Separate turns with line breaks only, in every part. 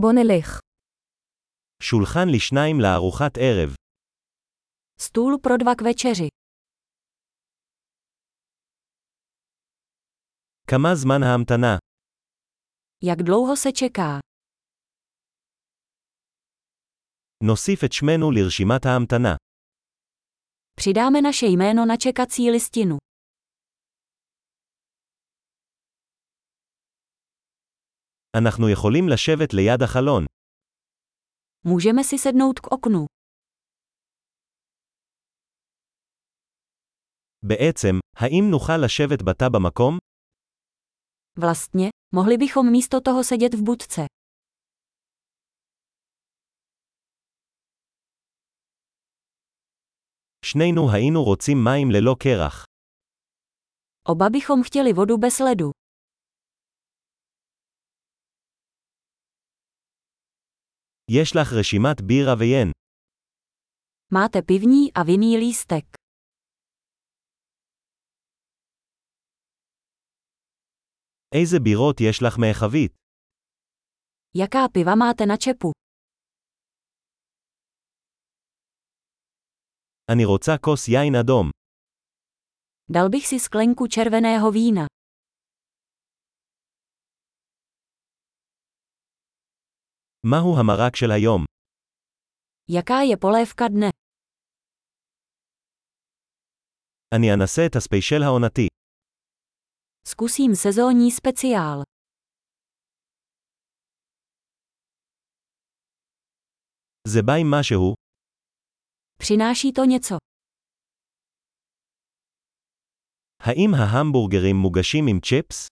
בוא נלך.
שולחן לשניים לארוחת ערב.
Stůl pro dva k večeři.
כמה זמן ההמתנה?
Jak dlouho se čeká?
נוסיף את שמנו לרשימת ההמתנה.
Přidáme naše jméno na čekací listinu.
אנחנו יכולים לשבת ליד החלון.
Můžeme si sednout k oknu.
בעצם, האם נוכל לשבת בתא במקום?
Vlastně, mohli bychom místo toho sedět v budce.
שנינו היינו רוצים מים ללא קרח.
Oba bychom chtěli vodu bez ledu.
יש לך רשימת בירה ויין.
Máte pivní a vinný lístek.
איזה בירות יש לך מהחבית?
Jaká piva máte na čepu?
אני רוצה כוס יין אדום.
Dal bych si sklenku červeného vína.
מהו המרק של היום?
Jaká je polévka dne?
אני אנסה את הספיישל העונתי.
Zkusím sezónní speciál.
זה בא עם משהו,
Přináší to něco.
האם ההמבורגרים מוגשים עם צ'יפס?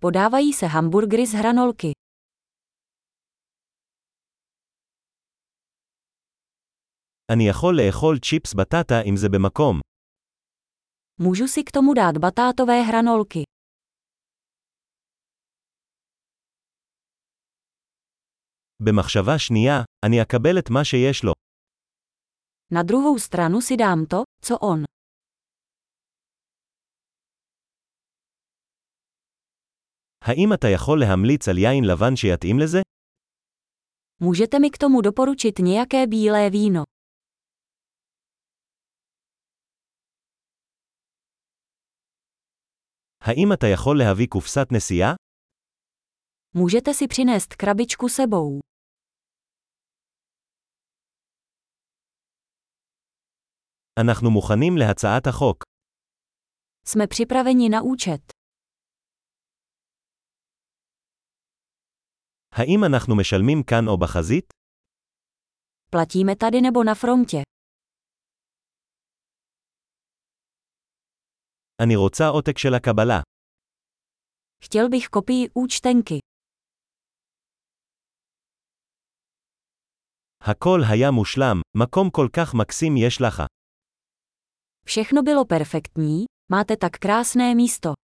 Podávají se hamburgery z hranolky.
אני יכול לאכול צ'יפס בטטה אם זה במקום.
Můžu si k tomu dát batátové hranolky.
במחשבה שנייה, אני אקבל את מה שיש לו.
Na druhou stranu si dám to, co on.
האם אתה יכול להמליץ על יין לבן שיתאים לזה?
Můžete mi k tomu doporučit nějaké bílé víno.
האם אתה יכול להביא קופסת נסיעה?
Můžete si přinést krabičku sebou.
אנחנו מוכנים להצעת החוק.
Jsme připraveni na účet.
האם אנחנו משלמים כאן או בחזית?
Platíme tady nebo na frontě.
אני רוצה עותק של הקבלה.
Chtěl bych kopii účtenky.
הכל היה מושלם, מקום כל כך מקסים יש לך.
Všechno bylo perfektní, máte tak krásné místo.